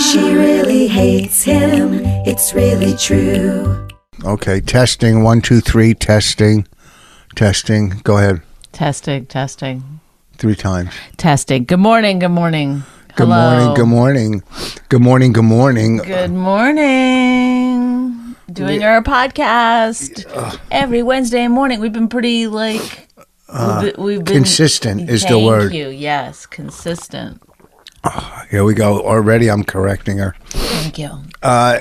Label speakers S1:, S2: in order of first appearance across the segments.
S1: She really hates him. It's really true.
S2: Okay, testing. One, two, three, testing. Testing. Go ahead.
S3: Testing, testing,
S2: Three times.
S3: testing. Good morning, good morning.
S2: Good
S3: Hello.
S2: morning. Good morning. Good morning. Good morning.
S3: Good morning. Doing our podcast every Wednesday morning. We've been pretty like we've been, we've been-
S2: Uh, consistent is the
S3: Thank
S2: word.
S3: You yes, consistent.
S2: Here we go. Already I'm correcting her.
S3: Thank you.
S2: Uh,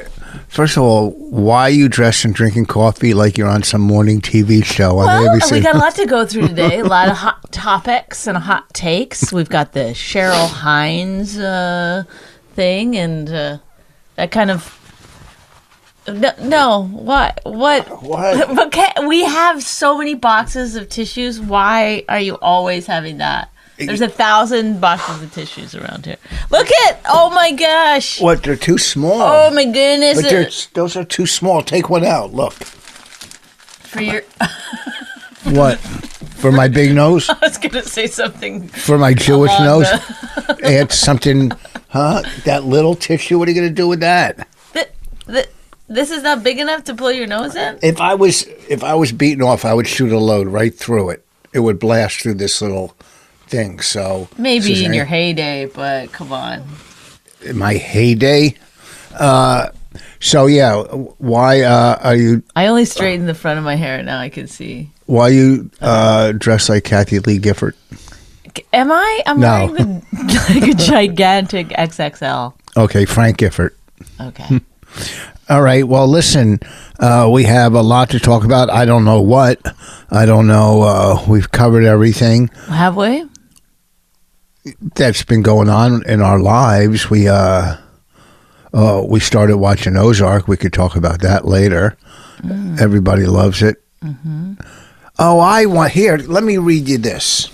S2: first of all, why are you dressed and drinking coffee like you're on some morning TV show on
S3: Well,
S2: ABC?
S3: we got a lot to go through today. A lot of hot topics and hot takes. We've got the Cheryl Hines uh, thing and uh, that kind of. No, no, what, what?
S2: What?
S3: But ca we have so many boxes of tissues. Why are you always having that? There's a thousand boxes of tissues around here. Look at, oh my gosh,
S2: What? They're too small.
S3: oh my goodness,
S2: but they're, those are too small. Take one out. Look.
S3: for your.
S2: What? For my big nose?
S3: I was gonna say something.
S2: For my Jewish
S3: on,
S2: nose? Add something, huh? That little tissue? What are you going to do with that?
S3: Th- th- this is not big enough to blow your nose in.
S2: if I was if I was beaten off, I would shoot a load right through it. It would blast through this little thing. So
S3: Maybe in
S2: Suzanne-
S3: your heyday, but come on.
S2: in my heyday. Uh, so yeah, why uh, are you
S3: I only straightened the front of my hair now. I can see.
S2: why you uh, dressed like Kathy Lee Gifford?
S3: Am I? I'm
S2: No.
S3: wearing the, like a gigantic XXL.
S2: Okay, Frank Gifford.
S3: Okay.
S2: All right. Well, listen, uh, we have a lot to talk about. I don't know what. I don't know. Uh, we've covered everything.
S3: Have we?
S2: that's been going on in our lives. We uh, uh, we started watching Ozark. We could talk about that later. Everybody loves it. Oh, I want here. Let me read you this,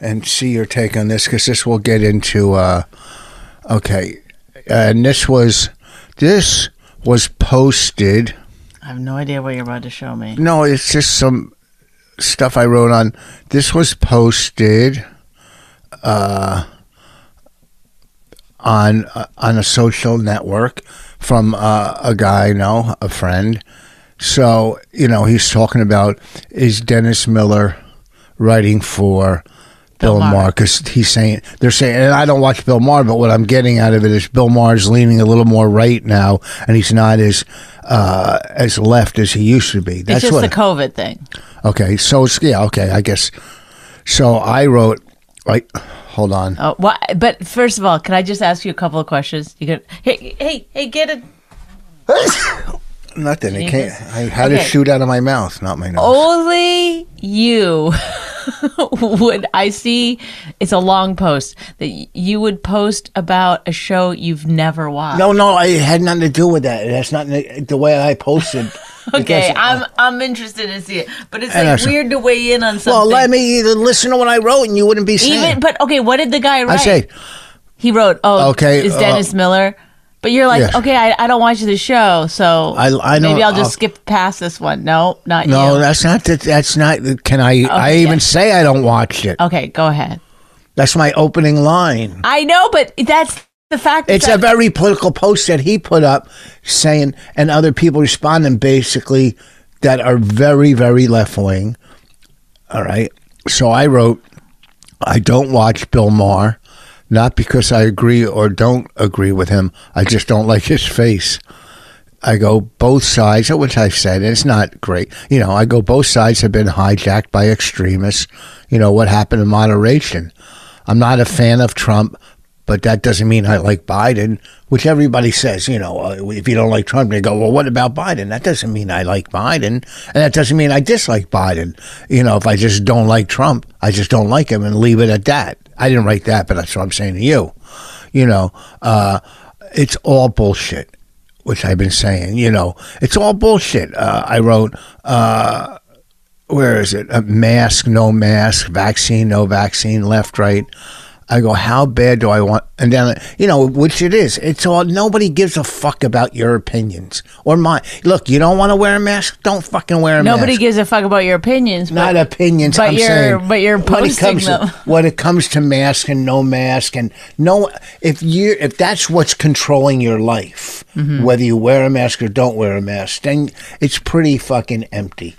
S2: and see your take on this because this will get into. Uh, okay, and this was this was posted.
S3: I have no idea what you're about to show me.
S2: No, it's just some stuff I wrote on. This was posted uh, on uh, on a social network from uh, a guy I know, a friend. So you know, he's talking about is Dennis Miller writing for. Bill,
S3: Bill Maher.
S2: Maher, because he's saying they're saying, and I don't watch Bill Maher, but what I'm getting out of it is Bill Maher's leaning a little more right now, and he's not as uh, as left as he used to be.
S3: It's
S2: That's
S3: just
S2: what
S3: the COVID thing.
S2: Okay, so it's, yeah, okay, I guess. So I wrote, like, hold on.
S3: Oh, why But first of all, can I just ask you a couple of questions? You could. Hey, hey, hey, get it.
S2: Nothing. It can't.
S3: Jesus.
S2: I had it
S3: Uh, Okay. Oh.
S2: shoot out of my mouth, not my nose.
S3: only you would I see it's a long post that y- you would post about a show you've never watched.
S2: No, no, I it had nothing to do with that. That's not the the way I posted.
S3: Okay,
S2: Because-
S3: I'm I'm interested to see it, but it's
S2: And
S3: like
S2: I-
S3: weird to weigh in on something.
S2: Well, let me listen to what I wrote, and you wouldn't be saying.
S3: even but okay, what did the guy write?
S2: I say,
S3: he wrote, "Oh,
S2: Okay,
S3: okay, is
S2: uh,
S3: Dennis Miller?" But you're like,
S2: yes.
S3: "Okay, I, I don't watch the show, so
S2: I- I don't-
S3: maybe I'll just
S2: I'll-
S3: skip past this one." No, not
S2: no,
S3: you.
S2: that's not. The, that's not. Can I? I
S3: Okay, Oh.
S2: even
S3: yeah.
S2: say I don't watch it.
S3: okay, go ahead.
S2: That's my opening line.
S3: I know, but that's the fact.
S2: It's a
S3: that,
S2: very political post that he put up saying, and other people responding basically that are very, very left wing. All right. So I wrote, I don't watch Bill Maher, not because I agree or don't agree with him. I just don't like his face. I go both sides, which I've said, and it's not great. You know, I go both sides have been hijacked by extremists. You know, what happened in moderation? I'm not a fan of Trump, but that doesn't mean I like Biden, which everybody says, you know, uh, if you don't like Trump, they go, well, what about Biden? That doesn't mean I like Biden. And that doesn't mean I dislike Biden. You know, if I just don't like Trump, I just don't like him and leave it at that. I didn't write that, but that's what I'm saying to you. You know, uh, it's all bullshit, which I've been saying. You know, it's all bullshit. Uh, I wrote, uh, where is it? A mask, no mask, vaccine, no vaccine, left, right. I go, how bad do I want? And then, you know, which it is. It's all, nobody gives a fuck about your opinions or mine. Look, you don't want to wear a mask? Don't fucking wear a mask.
S3: Nobody gives a fuck about your opinions.
S2: Not
S3: but,
S2: opinions,
S3: but
S2: I'm
S3: you're
S2: saying.
S3: but you're
S2: when it
S3: posting
S2: comes
S3: them.
S2: To, when it comes to mask and no mask and no, if you if that's what's controlling your life,
S3: Mm-hmm.
S2: whether you wear a mask or don't wear a mask, then it's pretty fucking empty.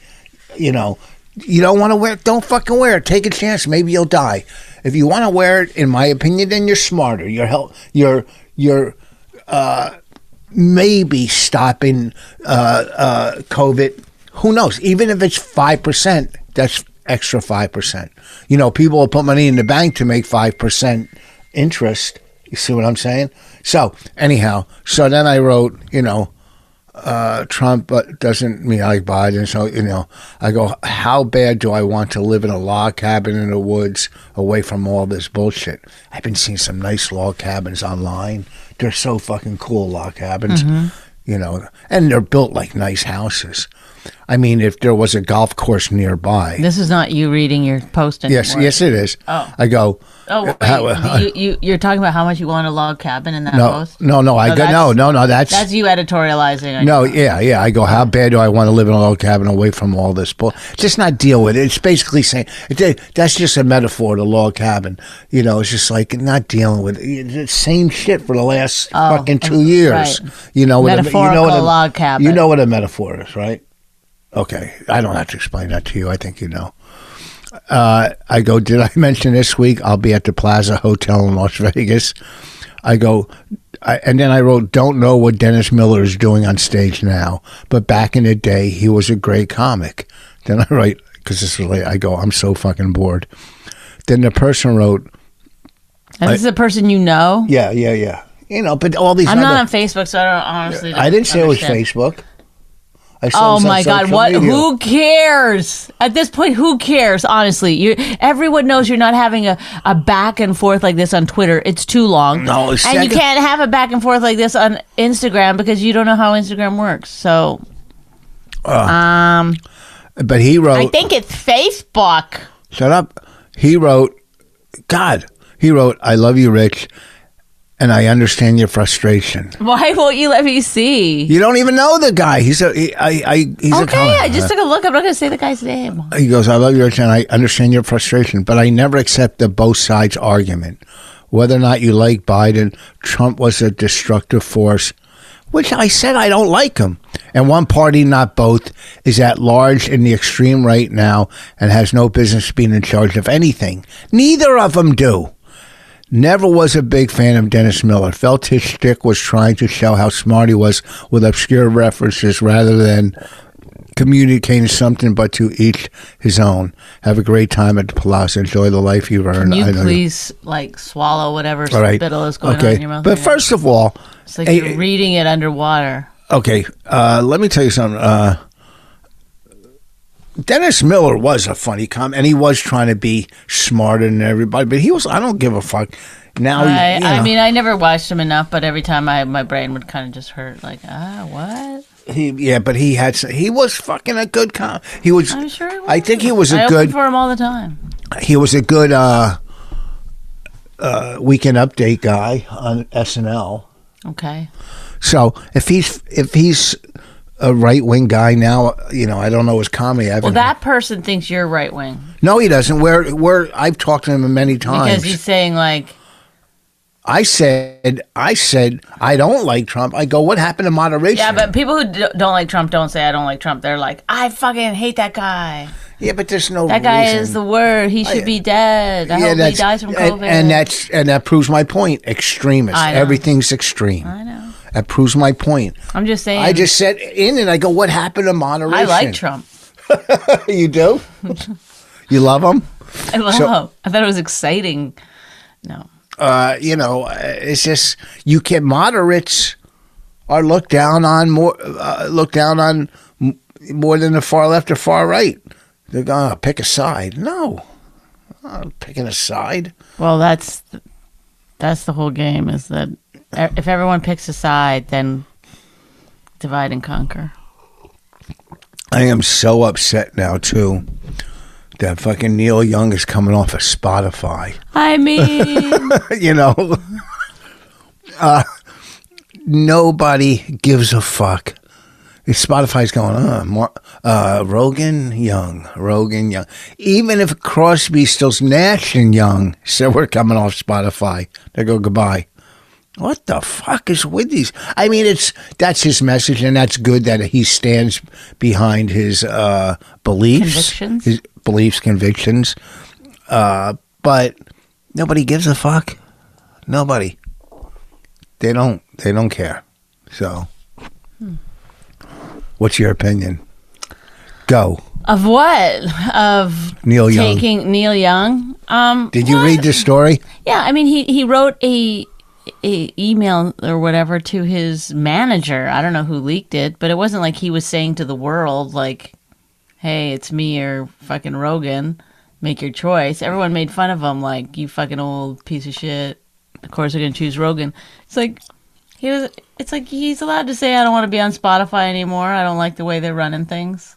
S2: You know, you don't want to wear it. Don't fucking wear it. Take a chance. Maybe you'll die. If you want to wear it, in my opinion, then you're smarter. You're help. You're you're maybe stopping uh, uh, COVID. Who knows? Even if it's five percent, that's extra five percent. You know, people will put money in the bank to make five percent interest. You see what I'm saying? So anyhow, so then I wrote, you know, uh, Trump uh, doesn't mean I like Biden. So you know, I go, how bad do I want to live in a log cabin in the woods, away from all this bullshit? I've been seeing some nice log cabins online. They're so fucking cool log cabins,
S3: Mm-hmm.
S2: you know, and they're built like nice houses. I mean, if there was a golf course nearby,
S3: This is not you reading your post anymore.
S2: yes, yes, it is.
S3: Oh.
S2: I go.
S3: Oh, wait,
S2: how- uh,
S3: you, you you're talking about how much you want a log cabin in that
S2: no,
S3: post?
S2: no, no, I
S3: No,
S2: go, no,
S3: that's-
S2: no, no. That's
S3: That's you editorializing. on
S2: No, yeah, yeah. I go, how bad do I want to live in a log cabin away from all this? Bull? Just not deal with it. It's basically saying it- that's just a metaphor to log cabin. You know, it's just like not dealing with it. It's the same shit for the last fucking two years.
S3: right.
S2: You know, what a- you know what
S3: Metaphorical
S2: a,
S3: log cabin.
S2: You know what a metaphor is, right? Okay, I don't have to explain that to you. I think you know. Uh, I go, did I mention this week I'll be at the Plaza Hotel in Las Vegas? I go, I, and then I wrote, don't know what Dennis Miller is doing on stage now, but back in the day, he was a great comic. Then I write, because this was late, I go, I'm so fucking bored. Then the person wrote,
S3: And this is a person you know.
S2: yeah, yeah, yeah. You know, but all these
S3: I'm
S2: other-
S3: not on Facebook, so I don't honestly.
S2: I didn't say it was
S3: understand.
S2: Facebook. I said it
S3: Oh
S2: was on
S3: my God!
S2: social
S3: What?
S2: media.
S3: Who cares? At this point, who cares? Honestly, you. Everyone knows you're not having a, a back and forth like this on Twitter. It's too long.
S2: No,
S3: and
S2: second-
S3: you can't have a back and forth like this on Instagram because you don't know how Instagram works. So,
S2: Uh,
S3: um,
S2: But he wrote,
S3: I think it's Facebook.
S2: shut up. He wrote, God, he wrote, I love you, Rich, and I understand your frustration.
S3: Why won't you let me see?
S2: You don't even know the guy. He's a, he, I, I, he's a
S3: okay,
S2: comic.
S3: I just took a look. I'm not gonna say the guy's name.
S2: He goes, I love you, Rich, and I understand your frustration, but I never accept the both sides argument. Whether or not you like Biden, Trump was a destructive force, which I said I don't like him. And one party, not both, is at large in the extreme right now and has no business being in charge of anything. Neither of them do. Never was a big fan of Dennis Miller. Felt his shtick was trying to show how smart he was with obscure references rather than communicating something, but to each his own. Have a great time at the Palazzo. Enjoy the life you've earned.
S3: Can you
S2: I know
S3: please like swallow whatever
S2: All right.
S3: spittle is going on in your mouth?
S2: But
S3: Yeah.
S2: first of all,
S3: it's like
S2: eh,
S3: you're reading it underwater.
S2: okay, uh, let me tell you something. Uh, Dennis Miller was a funny comic, and he was trying to be smarter than everybody, but he was, I don't give a fuck. Now,
S3: I,
S2: Oh, you know,
S3: I mean, I never watched him enough, but every time I, my brain would kind of just hurt. Like, ah, what?
S2: He, yeah, but he had s- he was fucking a good com. He was.
S3: I'm sure. He was.
S2: I think he was a
S3: Oh, I open
S2: good.
S3: for him all the time.
S2: he was a good uh, uh, weekend update guy on SNL.
S3: Okay.
S2: So if he's if he's a right wing guy now, you know I don't know his comedy. I
S3: Well,
S2: haven't-
S3: that person thinks you're right wing
S2: no, he doesn't. Where where I've talked to him many
S3: because
S2: times.
S3: he's saying like,
S2: I said I said I don't like Trump. I go, what happened to moderation?
S3: yeah, but people who d- don't like Trump don't say I don't like Trump. They're like, I fucking hate that guy.
S2: yeah, but there's no
S3: That guy is
S2: reason. Oh,
S3: the word. He should be dead. I hope he
S2: that's-
S3: dies from COVID.
S2: And, and that's and that proves my point. Extremist.
S3: I know.
S2: Everything's extreme.
S3: I know.
S2: That proves my point.
S3: I'm just saying.
S2: I just said in and I go, what happened to moderation?
S3: I like Trump.
S2: you do? you love him?
S3: I love.
S2: So-
S3: I thought it was exciting. No.
S2: Uh, you know, uh, it's just you can moderates are looked down on more uh, looked down on m- more than the far left or far right. They're gonna pick a side. No. I'm not picking a side.
S3: Well, that's that's the whole game. Is that e, if everyone picks a side, then divide and conquer.
S2: I am so upset now too that fucking Neil Young is coming off of Spotify.
S4: I mean,
S2: you know, uh, nobody gives a fuck. Spotify's going, uh, Mar- uh, Rogan Young, Rogan Young. Even if Crosby, Stills, Nash, and Young said we're coming off Spotify, they go goodbye. What the fuck is with these? I mean, it's that's his message, and that's good that he stands behind his uh, beliefs,
S3: Convictions?
S2: his beliefs, convictions. Uh, but nobody gives a fuck. Nobody. They don't. They don't care. So, what's your opinion? Go,
S3: Of what? Of
S2: Neil Oh, Young.
S3: taking Neil Young. Um,
S2: Did you
S3: well,
S2: read this story?
S3: Yeah, I mean, he he wrote a, a email or whatever to his manager. I don't know who leaked it, but it wasn't like he was saying to the world like, "Hey, it's me or fucking Rogan, make your choice." Everyone made fun of him like, "You fucking old piece of shit." Of course, we're gonna choose Rogan. It's like he was. It's like he's allowed to say, "I don't want to be on Spotify anymore. I don't like the way they're running things."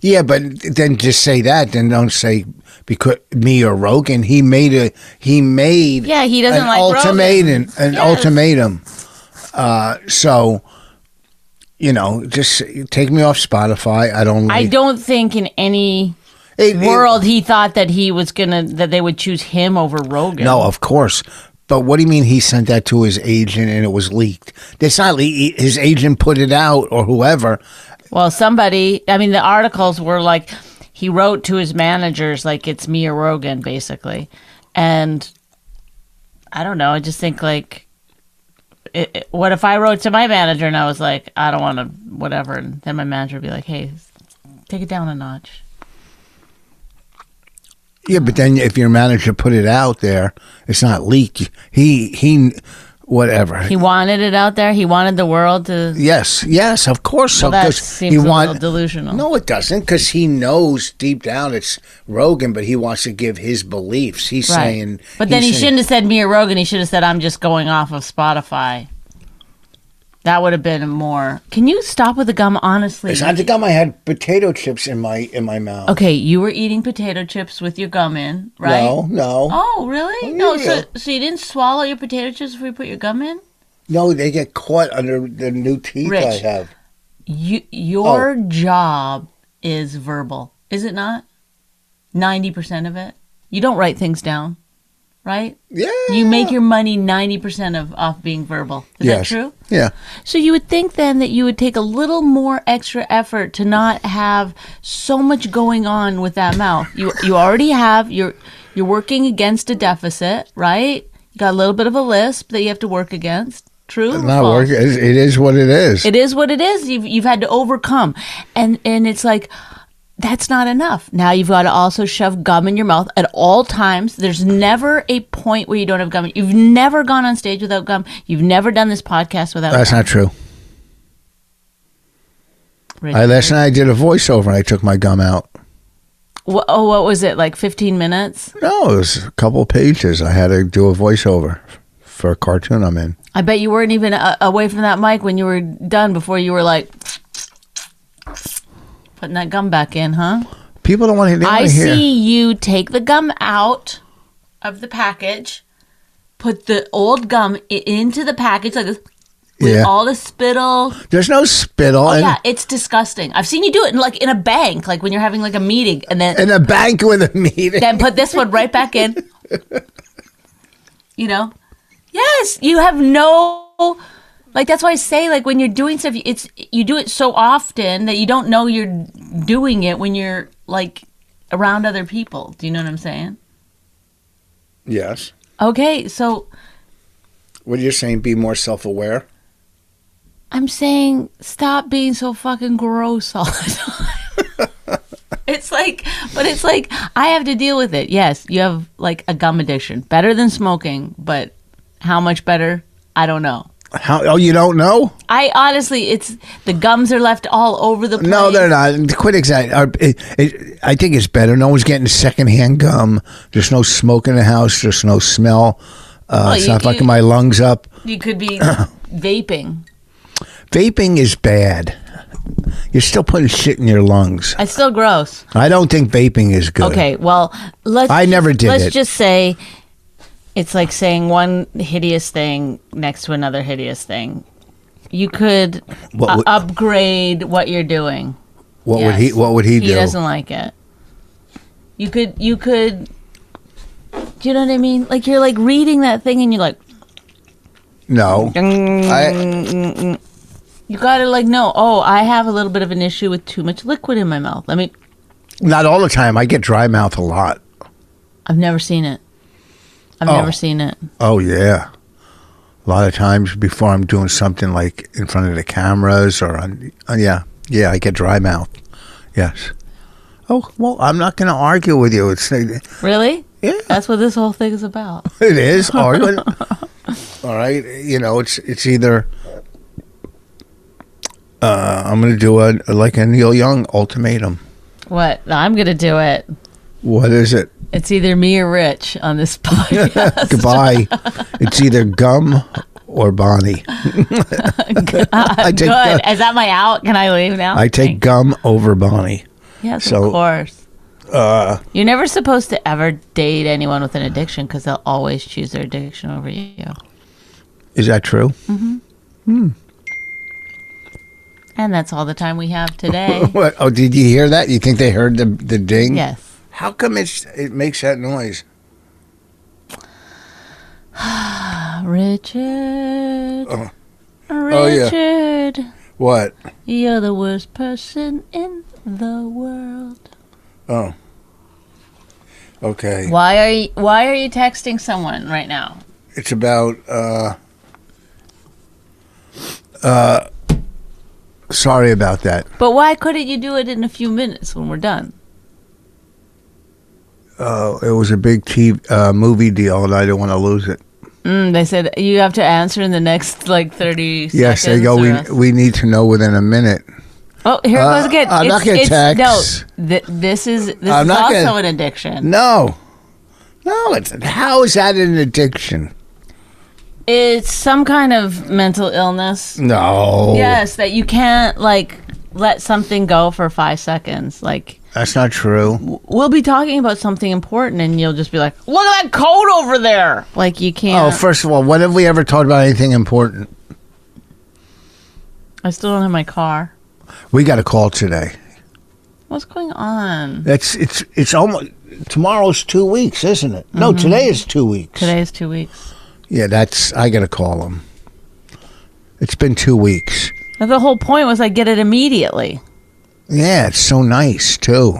S2: Yeah, but then just say that. Then don't say because me or Rogan. He made a he made
S3: Yeah, he doesn't
S2: an
S3: like Rogan.
S2: ultimatum an
S3: Yes.
S2: ultimatum. Uh, so you know, just take me off Spotify. I don't.
S3: I
S2: like-
S3: don't think in any
S2: It- it-
S3: world he thought that he was gonna that they would choose him over Rogan.
S2: No, of course. But what do you mean he sent that to his agent and it was leaked? That's not le- his agent put it out or whoever.
S3: Well, somebody. I mean, the articles were like he wrote to his managers like it's me or Rogan, basically, and I don't know. I just think like. It, it- what if I wrote to my manager and I was like, I don't want to, whatever, and then my manager would be like, Hey, take it down a notch.
S2: Yeah, but then if your manager put it out there, it's not leaked. He he, whatever.
S3: He wanted it out there. He wanted the world to.
S2: yes, yes, of course. so,
S3: Well, that
S2: 'cause
S3: seems
S2: he
S3: a
S2: want-
S3: little delusional.
S2: No, it doesn't, because he knows deep down it's Rogan, but he wants to give his beliefs. He's saying,
S3: But then he
S2: he's saying-
S3: shouldn't have said me or Rogan. He should have said, I'm just going off of Spotify. That would have been more. Can you stop with the gum, honestly?
S2: It's not the gum. I had potato chips in my in my mouth.
S3: okay, you were eating potato chips with your gum in, right?
S2: No, no,
S3: Oh, really? No,
S2: yeah.
S3: so, so you didn't swallow your potato chips before you put your gum in?
S2: no. They get caught under the new teeth I
S3: Rich.
S2: have.
S3: You, your
S2: Oh.
S3: job is verbal, is it not? 90% of it. You don't write things down, right?
S2: Yeah,
S3: You make your money 90% of off being verbal. Is
S2: Yes.
S3: that true?
S2: Yeah,
S3: So you would think then that you would take a little more extra effort to not have so much going on with that mouth. You you already have you're you're working against a deficit, right? You got a little bit of a lisp that you have to work against. True? or
S2: not
S3: false?
S2: working. It it is what it is.
S3: It is what it is. You've you've had to overcome, and and it's like that's not enough. Now you've got to also shove gum in your mouth at all times. There's never a point where you don't have gum. You've never gone on stage without gum. You've never done this podcast without.
S2: That's not true.
S3: Rich.
S2: I last night I did a voiceover and I took my gum out.
S3: Wha oh, what was it? Like 15 minutes?
S2: No, it was a couple pages. I had to do a voiceover for a cartoon I'm in.
S3: I bet you weren't even uh, away from that mic when you were done before you were like putting that gum back in, huh?
S2: People don't want to
S3: I
S2: hear.
S3: see you take the gum out of the package, put the old gum i- into the package like this. With
S2: Yeah.
S3: all the spittle,
S2: There's no spittle. and,
S3: Oh, yeah, it's disgusting. I've seen you do it in like in a bank, like when you're having like a meeting, and then
S2: in a bank with a meeting.
S3: then put this one right back in. You know? Yes, you have no like that's why I say like when you're doing stuff it's you do it so often that you don't know you're doing it when you're like around other people. Do you know what I'm saying?
S2: yes.
S3: Okay, so
S2: What you're saying, be more self aware.
S3: I'm saying stop being so fucking gross all the time. it's like, but it's like I have to deal with it. Yes, you have like a gum addiction, better than smoking, but how much better? I don't know.
S2: How? Oh, you don't know?
S3: I honestly, it's the gums are left all over the place.
S2: No, they're not. Quit exact. uh, It, it, I think it's better. No one's getting secondhand gum. There's no smoke in the house. There's no smell. Uh,
S3: Well,
S2: it's
S3: you-
S2: not fucking
S3: you-
S2: my lungs up.
S3: You could be vaping.
S2: Vaping is bad. You're still putting shit in your lungs.
S3: It's still gross.
S2: I don't think vaping is good.
S3: Okay, well, let's.
S2: I never did
S3: Let's
S2: it.
S3: just say it's like saying one hideous thing next to another hideous thing. You could
S2: What
S3: uh,
S2: would-
S3: upgrade what you're doing.
S2: What would he?
S3: Yes.
S2: What would he do?
S3: He doesn't like it. You could. You could. Do you know what I mean? Like you're like reading that thing and you're like,
S2: no. I,
S3: you gotta like no. Oh, I have a little bit of an issue with too much liquid in my mouth. I mean,
S2: not all the time. I get dry mouth a lot.
S3: I've never seen it. I've
S2: Oh.
S3: never seen it.
S2: Oh yeah. A lot of times before I'm doing something like in front of the cameras or on, uh, yeah, yeah, I get dry mouth. Yes. Oh well, I'm not going to argue with you. It's it
S3: Really?
S2: Yeah.
S3: That's what this whole thing is about.
S2: is arguing. all right, you know, it's it's either uh, I'm going to do a like a Neil Young ultimatum.
S3: What? I'm gonna do it.
S2: What is it?
S3: It's either me or Rich on this podcast.
S2: Goodbye. it's either gum or Bonnie. I
S3: Good.
S2: take gum-
S3: Is that my out? Can I leave now?
S2: I take gum over Bonnie.
S3: Yes,
S2: so- uh,
S3: of course. You're never supposed to ever date anyone with an addiction because they'll always choose their addiction over you.
S2: Is that true?
S3: And that's all the time we have today.
S2: What? Oh, did you hear that? You think they heard the the ding?
S3: yes.
S2: How come it's it makes that noise?
S3: Uh, Richard. Uh,
S2: Oh. yeah.
S3: Richard.
S2: What?
S3: You're the worst person in the world.
S2: Oh. Okay.
S3: Why are you why are you texting someone right now?
S2: It's about uh uh sorry about that.
S3: But why couldn't you do it in a few minutes when we're done?
S2: Uh it was a big TV uh movie deal and I didn't want to lose it.
S3: Mm, they said you have to answer in the next like 30
S2: Yes,
S3: seconds.
S2: they go
S3: or
S2: we
S3: else-
S2: we need to know within a minute.
S3: oh, here it goes again.
S2: Uh, I'm not gonna text.
S3: No, th- this is this
S2: I'm
S3: is
S2: not
S3: also
S2: gonna-
S3: an addiction.
S2: No. No, it's how is that an addiction?
S3: It's some kind of mental illness.
S2: No.
S3: Yes, that you can't like let something go for 5 seconds. Like
S2: That's not true.
S3: we'll be talking about something important and you'll just be like, "Look at that coat over there." Like you
S2: Oh,
S3: can't
S2: first of all, when have we ever talked about anything important?
S3: I still don't have my car.
S2: We got a call today.
S3: What's going on?
S2: That's it's it's almost tomorrow's two weeks, isn't it? No, today is two weeks.
S3: Mm-hmm. Today is 2 weeks.
S2: Yeah, that's I gotta call him. It's been two weeks.
S3: The whole point was I get it immediately.
S2: Yeah, it's so nice too.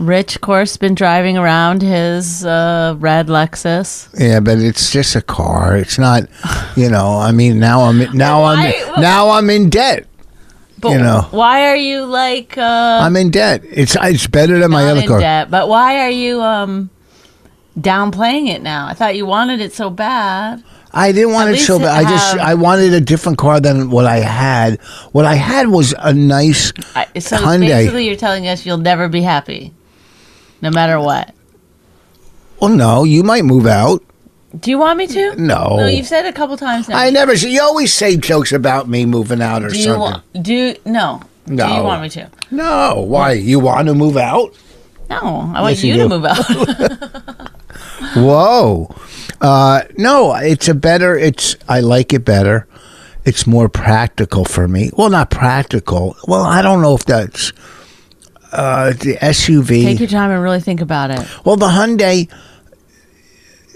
S3: Rich, of course, been driving around his uh, red Lexus.
S2: Yeah, but it's just a car. It's not, you know. I mean, now I'm now
S3: Why-
S2: I'm now I'm in debt.
S3: But
S2: You know.
S3: why are you like uh,
S2: I'm in debt. It's it's better than my
S3: not
S2: other
S3: in
S2: car.
S3: debt? But why are you um, downplaying it now? I thought you wanted it so bad.
S2: I didn't want
S3: At
S2: it so
S3: least
S2: bad. I just
S3: have-
S2: I wanted a different car than what I had. What I had was a nice.
S3: I, so
S2: Hyundai.
S3: basically, you're telling us you'll never be happy, no matter what.
S2: Well, no, you might move out.
S3: Do you want me to?
S2: No.
S3: No, you've said it a couple times now.
S2: I never. You always say jokes about me moving out or
S3: Do you
S2: something.
S3: want? Do no? Do
S2: No.
S3: you want me to?
S2: no, why? You want to move out?
S3: No, I want
S2: Yes, you
S3: you,
S2: do.
S3: to move out.
S2: Whoa. Uh, no, it's a better. It's I like it better. It's more practical for me. Well, not practical. Well, I don't know if that's uh, the
S3: Take
S2: SUV.
S3: your time and really think about it.
S2: well, the Hyundai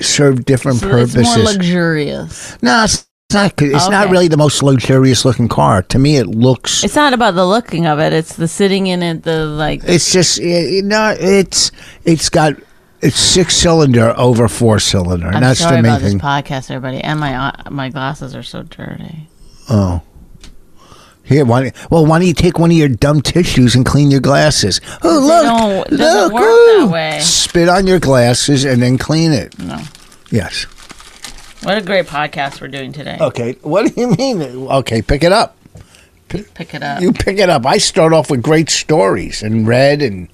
S2: served different
S3: So it's
S2: purposes.
S3: more luxurious.
S2: no, it's not. It's not
S3: Okay.
S2: really the most luxurious looking car. To me, it looks.
S3: It's not about the looking of it. It's the sitting in it. The like.
S2: It's just you know, it's it's got it's six cylinder over four cylinder.
S3: I'm
S2: That's
S3: sorry
S2: the main
S3: about this
S2: thing.
S3: podcast, everybody. And my uh, my glasses are so dirty.
S2: oh, here, why? Well, why don't you take one of your dumb tissues and clean your glasses? Oh,
S3: don't-
S2: look,
S3: it
S2: look,
S3: doesn't work that
S2: ooh.
S3: way.
S2: Spit on your glasses and then clean it.
S3: No.
S2: Yes.
S3: What a great podcast we're doing today.
S2: Okay. What do you mean? Okay, pick it up.
S3: Pick it up.
S2: You pick it up. I start off with great stories and read and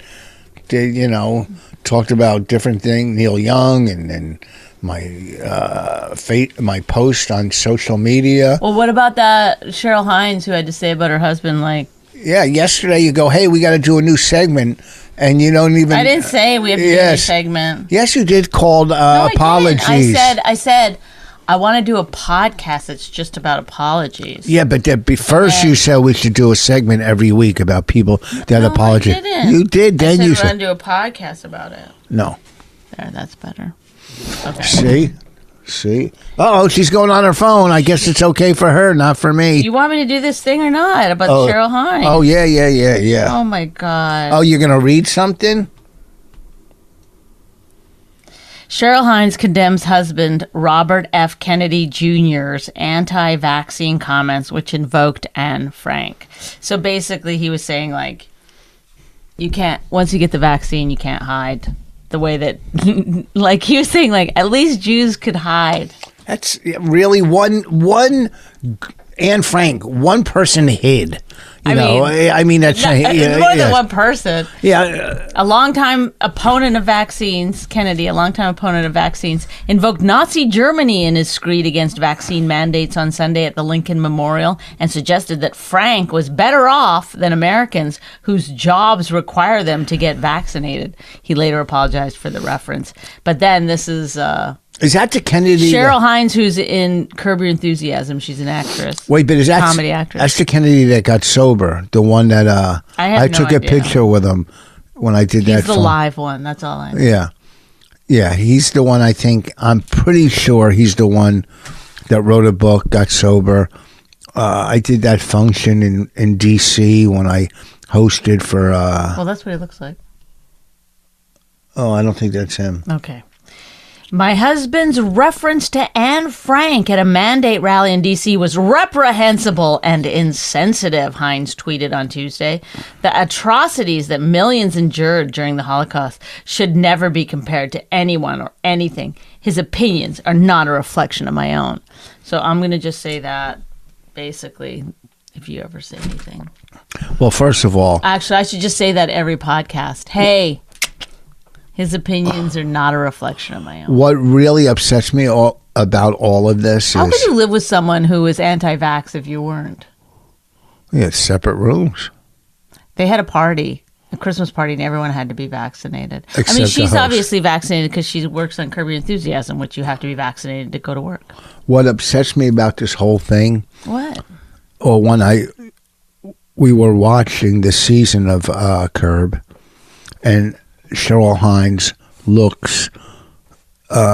S2: did you know talked about different things, Neil Young, and then my uh, fate, my post on social media.
S3: well, what about that Cheryl Hines who had to say about her husband? Like,
S2: Yeah, yesterday you go, hey, we got to do a new segment, and you don't even.
S3: I didn't say we have to do a new
S2: Uh, Yes.
S3: segment.
S2: Yes, you did. Called uh,
S3: No, I didn't.
S2: apologies.
S3: I, said I said I want to do a podcast that's just about apologies.
S2: Yeah, but that be first you said we should do a segment every week about people that
S3: No, I
S2: apologize.
S3: didn't.
S2: You did.
S3: I
S2: Then
S3: said
S2: you
S3: we're
S2: said
S3: gonna do a podcast about it.
S2: no.
S3: There, that's better. Okay.
S2: See, see. Oh, she's going on her phone. I guess it's okay for her, not for me.
S3: You want me to do this thing or not about
S2: Oh.
S3: Cheryl Hines?
S2: Oh yeah, yeah, yeah, yeah.
S3: Oh my God.
S2: Oh, you're gonna read something?
S3: Cheryl Hines condemns husband Robert F. Kennedy Jr.'s anti vaccine comments, which invoked Anne Frank. So basically, he was saying, like, you can't, once you get the vaccine, you can't hide. The way that, like, he was saying, like, at least Jews could hide.
S2: That's really one one. Anne Frank, one person hid. You
S3: I
S2: know, eh,
S3: mean-
S2: I mean that's
S3: Not-
S2: yeah,
S3: more
S2: yeah.
S3: than one person.
S2: Yeah, uh,
S3: A longtime opponent of vaccines, Kennedy, a longtime opponent of vaccines, invoked Nazi Germany in his screed against vaccine mandates on Sunday at the Lincoln Memorial and suggested that Frank was better off than Americans whose jobs require them to get vaccinated. He later apologized for the reference. But then this is uh,
S2: is that the Kennedy?
S3: Cheryl Hines, who's in Curb Your Enthusiasm. She's an actress.
S2: Wait, but is that
S3: Comedy actress.
S2: That's the Kennedy that got sober. The one that uh,
S3: I have no
S2: took
S3: idea.
S2: a picture with him when I did
S3: He's
S2: that.
S3: the
S2: film.
S3: live one. That's all I know.
S2: Yeah, yeah. He's the one. I think I'm pretty sure he's the one that wrote a book, got sober. Uh, I did that function in in D.C. when I hosted for. Uh,
S3: Well, that's what he looks like.
S2: oh, I don't think that's him.
S3: Okay. My husband's reference to Anne Frank at a mandate rally in D.C. was reprehensible and insensitive, Hines tweeted on Tuesday. The atrocities that millions endured during the Holocaust should never be compared to anyone or anything. His opinions are not a reflection of my own. So I'm going to just say that basically, if you ever say anything.
S2: Well, first of all,
S3: Actually, I should just say that every podcast. Hey, his opinions are not a reflection of my own.
S2: what really upsets me all, about all of this
S3: How could
S2: is
S3: you live with someone who is anti-vax if you weren't?
S2: yeah, it's separate rooms.
S3: They had a party, a Christmas party, and everyone had to be vaccinated. I
S2: Except
S3: mean,
S2: the
S3: she's
S2: host.
S3: obviously vaccinated because she works on Curb Your Enthusiasm, which you have to be vaccinated to go to work.
S2: What upsets me about this whole thing
S3: What?
S2: or when I we were watching the season of uh, Curb, and Cheryl Hines looks uh,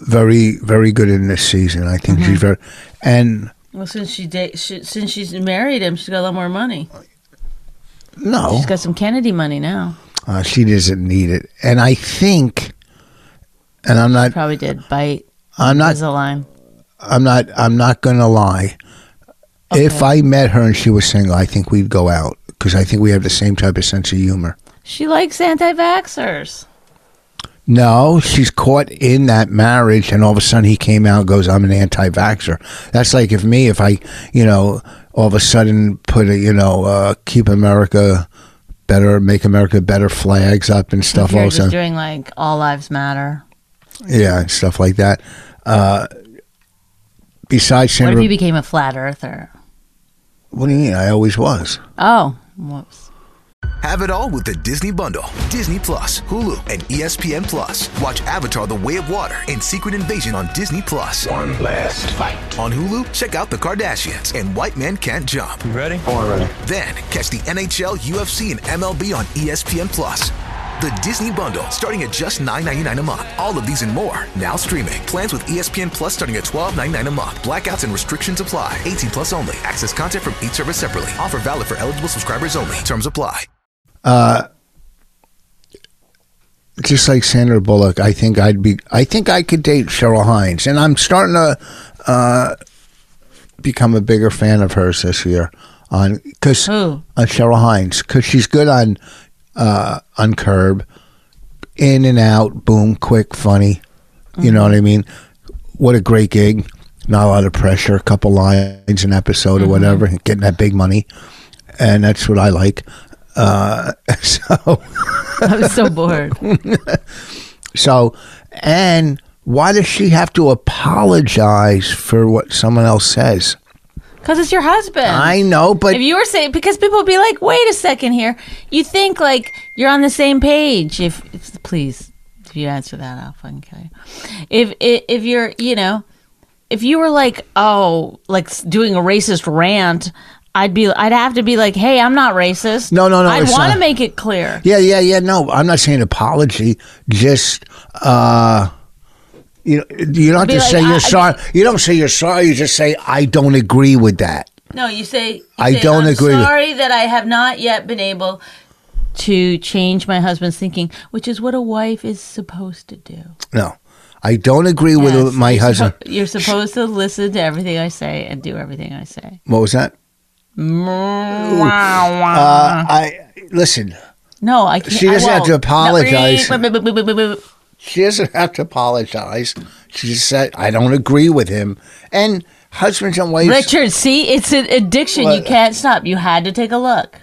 S2: very very good in this season. I think she's very and
S3: Well, since she, da- she since she's married him, she's got a lot more money.
S2: no, Oh.
S3: She's got some Kennedy money now.
S2: uh, she doesn't need it. And I think, and I'm not
S3: Probably did bite
S2: I'm not
S3: as a lime.
S2: I'm not I'm not gonna lie. If I met her and she was single, I think we'd go out because I think we have the same type of sense of humor.
S3: She likes anti-vaxxers.
S2: No, she's caught in that marriage, and all of a sudden he came out and goes, I'm an anti vaxxer. That's like if me, if I, you know, all of a sudden put a, you know, uh, keep America better, make America better flags up and stuff, all
S3: You're
S2: of a
S3: just
S2: sudden.
S3: doing like all lives matter.
S2: yeah, and stuff like that. Uh, besides
S3: What
S2: Sandra,
S3: if
S2: what,
S3: you became a flat earther?
S2: do you mean? I always was.
S3: Oh, whoops.
S4: Have it all with the Disney Bundle. Disney Plus, Hulu, and E ESPN Plus. Watch Avatar The Way of Water and Secret Invasion on Disney Plus.
S5: One last fight.
S4: On Hulu, check out The Kardashians and White Men Can't Jump.
S5: You ready? Oh, I'm ready.
S4: Then catch the NHL, UFC, and MLB on E ESPN Plus. The Disney Bundle, starting at just $9.99 a month. All of these and more, now streaming. Plans with E ESPN Plus starting at $12.99 a month. Blackouts and restrictions apply. 18 plus only. Access content from each service separately. Offer valid for eligible subscribers only. Terms apply.
S2: just like Sandra Bullock, I think I'd be. I think I could date Cheryl Hines, and I'm starting to uh, become a bigger fan of hers this year. On because
S3: Who?
S2: on Cheryl Hines because she's good on uh, on Curb, in and out, boom, quick, funny. You know what I mean? What a great gig! Not a lot of pressure, a couple lines an episode or whatever, getting that big money, and that's what I like. Uh, so.
S3: I was so bored.
S2: So, and why does she have to apologize for what someone else says?
S3: Because it's your husband.
S2: I know, but
S3: if you were saying because people would be like, wait a second here, you think like you're on the same page. If, if please, if you answer that, I'll fucking kill you. If, if if you're, you know, if you were like, oh, like s- doing a racist rant. I'd be. I'd have to be like, "Hey, I'm not racist."
S2: No, no, no,
S3: I
S2: it's
S3: want
S2: not.
S3: to make it clear.
S2: yeah, yeah, yeah. No, I'm not saying apology. Just uh, you know, you don't have
S3: Be
S2: to
S3: like,
S2: say
S3: I- I-
S2: you're sorry. you don't say you're sorry. You just say I don't agree with that.
S3: No, you say. you
S2: I
S3: say,
S2: don't
S3: "I'm
S2: agree with-
S3: Sorry that I have not yet been able to change my husband's thinking, which is what a wife is supposed to do.
S2: No, I don't agree
S3: Yes,
S2: with my
S3: you're
S2: husband.
S3: suppo- you're supposed to listen to everything I say and do everything I say.
S2: What was that?
S3: Uh-huh.
S2: Uh, I listen.
S3: No, I can't.
S2: She
S3: I
S2: doesn't have
S3: won't.
S2: to apologize.
S3: No, beep, beep, beep, beep, beep, beep, beep.
S2: She doesn't have to apologize. She just said, "I don't agree with him." And husbands and wives.
S3: Richard, see, it's an addiction. You
S2: What?
S3: can't stop. You had to take a look.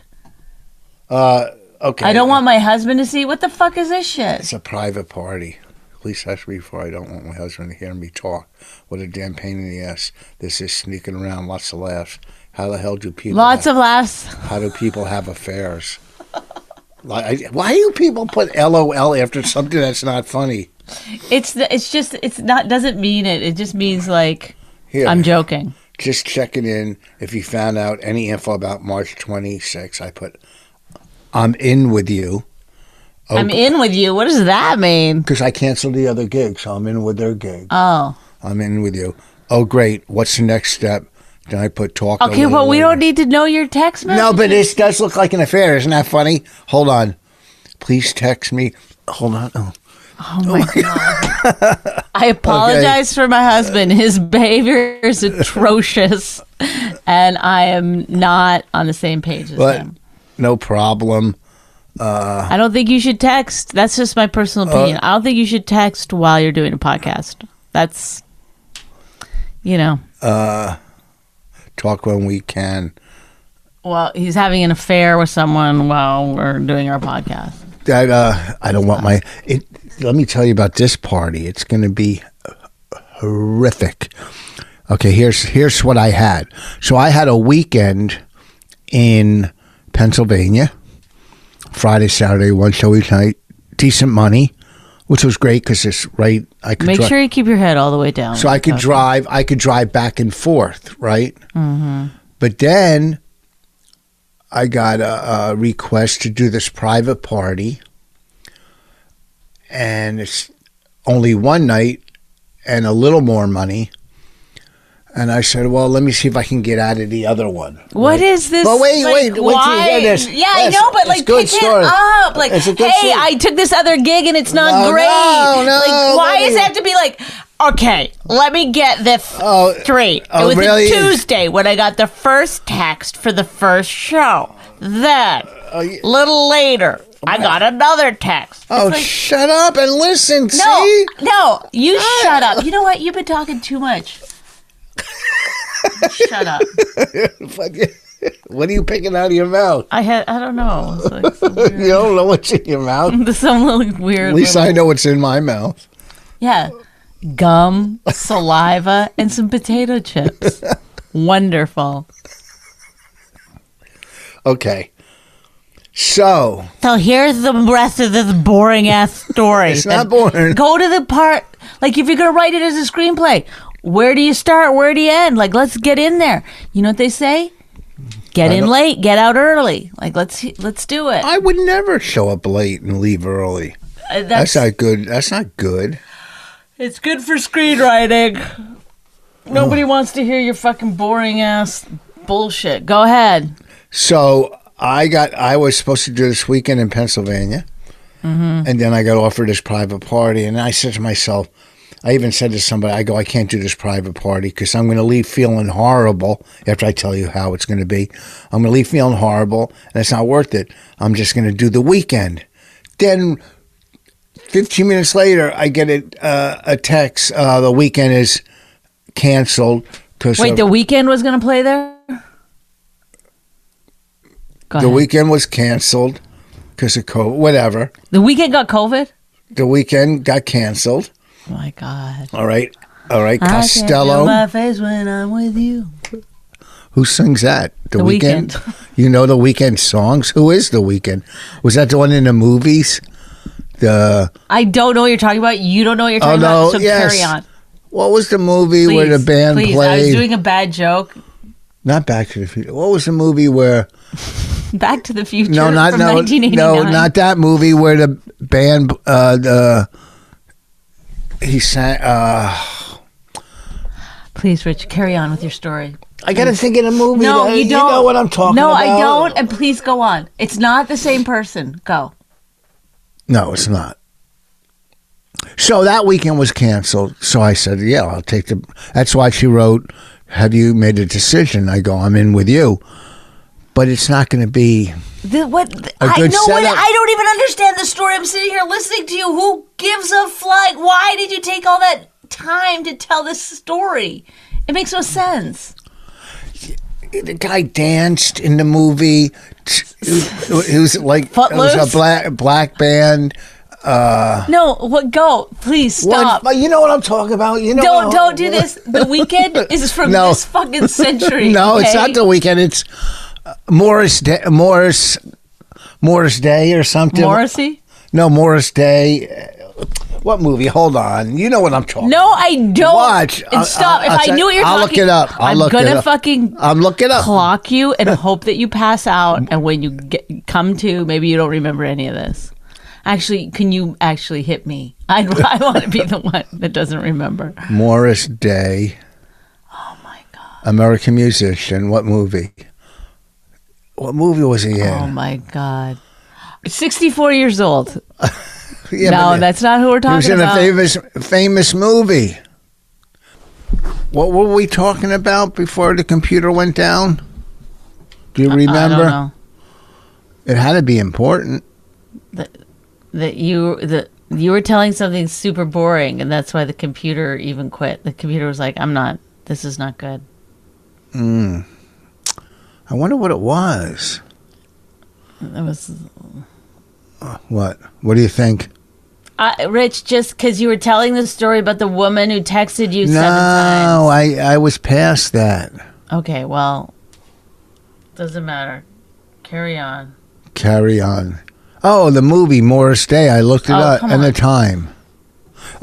S2: uh, Okay.
S3: I don't want my husband to see. What the fuck is this shit?
S2: It's a private party. At least that's before I don't want my husband to hear me talk. What a damn pain in the ass. This is sneaking around. Lots of laughs. How the hell do people?
S3: Lots
S2: have,
S3: of laughs.
S2: How do people have affairs? Like, I- Why do people put LOL after something that's not funny?
S3: It's the, it's just it's not doesn't mean it. It just means like
S2: Here,
S3: I'm joking.
S2: just checking in. If you found out any info about March 26, I put, I'm in with you.
S3: I'm in with you. What does that mean?
S2: Because I canceled the other gig, so I'm in with their gig.
S3: Oh,
S2: I'm in with you. Oh, great. What's the next step? Then I put talk. a
S3: okay.
S2: little
S3: Well, we
S2: later.
S3: don't need to know your text message.
S2: No, but it does look like an affair. Isn't that funny? Hold on. Please text me. Hold on. Oh.
S3: I apologize for my husband. His behavior is atrocious, and I am not on the same page as
S2: But
S3: him.
S2: no problem.
S3: I don't think you should text. That's just my
S2: Uh,
S3: personal opinion. I don't think you should text while you're doing a podcast. That's, you know,
S2: Talk when we can.
S3: well, he's having an affair with someone while we're doing our podcast.
S2: That uh, I don't want my. It, let me tell you about this party. It's going to be horrific. Okay, here's here's what I had. So I had a weekend in Pennsylvania, Friday, Saturday, one show each night. Decent money, which was great because it's right. I could
S3: Make
S2: dri-
S3: sure you keep your head all the way down.
S2: so I could
S3: Okay.
S2: drive. I could drive back and forth, right? Mm-hmm. But then I got a, a request to do this private party, and it's only one night and a little more money. And I said, "Well, let me see if I can get out of the other one."
S3: What is this?
S2: But wait,
S3: like,
S2: wait, wait till you
S3: why-
S2: hear this.
S3: Yeah, I
S2: Yes,
S3: know, but
S2: it's
S3: like,
S2: good
S3: pick
S2: story.
S3: it up. Like, hey,
S2: It's a good story.
S3: I took this other gig and it's not
S2: No,
S3: great.
S2: no, no,
S3: like, why
S2: no.
S3: does it have to be like? Okay, let me get the f-
S2: Oh,
S3: straight. it
S2: oh,
S3: was a
S2: really?
S3: Tuesday when I got the first text for the first show. Then, a little later, I got another text.
S2: Oh, shut up and listen.
S3: No,
S2: see? Ah.
S3: no, you shut up. You know what? You've been talking too much. shut up.
S2: what are you picking out of your mouth?
S3: I had I don't know. It's like some weird-
S2: You don't know what's in your mouth.
S3: some little weird.
S2: At least
S3: little-
S2: I know what's in my mouth.
S3: yeah, gum, saliva, and some potato chips. Wonderful.
S2: Okay. So
S3: So here's the rest of this boring ass story.
S2: it's not boring.
S3: Go to the part like if you're gonna write it as a screenplay, where do you start? Where do you end? Like let's get in there. You know what they say? Get in late, get out early. Like let's let's do it.
S2: I would never show up late and leave early.
S3: Uh,
S2: That's not good. That's not good.
S3: It's good for screenwriting. Nobody wants to hear your fucking boring ass bullshit. Go ahead.
S2: So I got. I was supposed to do this weekend in Pennsylvania,
S3: Mm-hmm.
S2: and then I got offered this private party, and I said to myself. I even said to somebody, I go, I can't do this private party because I'm going to leave feeling horrible after I tell you how it's going to be. I'm going to leave feeling horrible and it's not worth it. I'm just going to do the weekend. Then 15 minutes later, I get a, uh, a text. Uh, the weekend is canceled. Cause
S3: Wait,
S2: of-
S3: the weekend was gonna play there. Go
S2: the
S3: ahead.
S2: weekend was canceled because of COVID, whatever.
S3: the weekend got COVID.
S2: The weekend got canceled.
S3: Oh my god.
S2: All right. All right.
S3: Ah, I can't feel
S2: Costello,
S3: my face when I'm with you.
S2: Who sings that?
S3: The
S2: Weeknd?
S3: Weeknd.
S2: You know the weekend songs? Who is the weekend? Was that the one in the movies? The
S3: I don't know what you're talking about. You don't know what you're
S2: oh
S3: talking
S2: no,
S3: about. So
S2: yes.
S3: carry on.
S2: What was the movie
S3: Please,
S2: where the band
S3: please. I was
S2: played?
S3: doing a bad joke.
S2: not Back to the Future. What was the movie where?
S3: Back to the Future.
S2: No, not
S3: from
S2: no,
S3: 1989.
S2: no, not that movie where the band uh, the he sang. Uh,
S3: Please, Rich, carry on with your story.
S2: I gotta think of the movie.
S3: Mm. No,
S2: that-
S3: you don't.
S2: know what I'm talking
S3: no,
S2: about.
S3: I don't. And please go on. It's not the same person. Go.
S2: No, it's not. So that weekend was canceled. So I said, "Yeah, I'll take the." That's why she wrote, "Have you made a decision?" I go, "I'm in with you," but it's not going to be.
S3: The, what? The,
S2: A
S3: I
S2: good
S3: know what.
S2: setup.
S3: I don't even understand the story. I'm sitting here listening to you. Who gives a flying? Why did you take all that time to tell this story? It makes no sense.
S2: The guy danced in the movie. It was like it was
S3: Footloose?
S2: a black black band.
S3: No, what? Go, please stop.
S2: Ah. What? You know what I'm talking about. You know.
S3: don't
S2: what-
S3: don't do this. The weekend is from
S2: No.
S3: this fucking century.
S2: No, it's
S3: okay?
S2: not the weekend. It's uh, Morris Day, Morris Morris Day or something.
S3: Morrissey.
S2: No, Morris Day. uh, What movie? Hold on. You know what I'm talking.
S3: No, I don't.
S2: Watch.
S3: And stop. if I knew what you're
S2: will
S3: talking,
S2: look it up. I'll
S3: am
S2: look
S3: gonna
S2: it up.
S3: fucking
S2: I'm looking up.
S3: clock you and hope that you pass out. And when you get, come to, maybe you don't remember any of this. Actually, can you actually hit me? I, I want to be the one that doesn't remember.
S2: Morris Day. Oh my god. American musician. What movie? What movie was he in?
S3: Oh my god. 64 years old.
S2: yeah,
S3: no,
S2: but
S3: that's not who we're
S2: He was in
S3: talking
S2: a
S3: about.
S2: famous famous movie. What were we talking about before the computer went down? Do you remember?
S3: I don't know.
S2: It had to be important.
S3: That you that you were telling something super boring and that's why the computer even quit. The computer was like, "I'm not. This is not good."
S2: I wonder what it was.
S3: It was
S2: What? What do you think?
S3: I, Rich, just because you were telling the story about the woman who texted you
S2: No,
S3: seven times.
S2: I I was past that.
S3: Okay, well, doesn't matter. Carry on.
S2: Carry on. Oh, the movie Morris Day. I looked it
S3: Oh,
S2: up
S3: come
S2: and the
S3: on.
S2: time.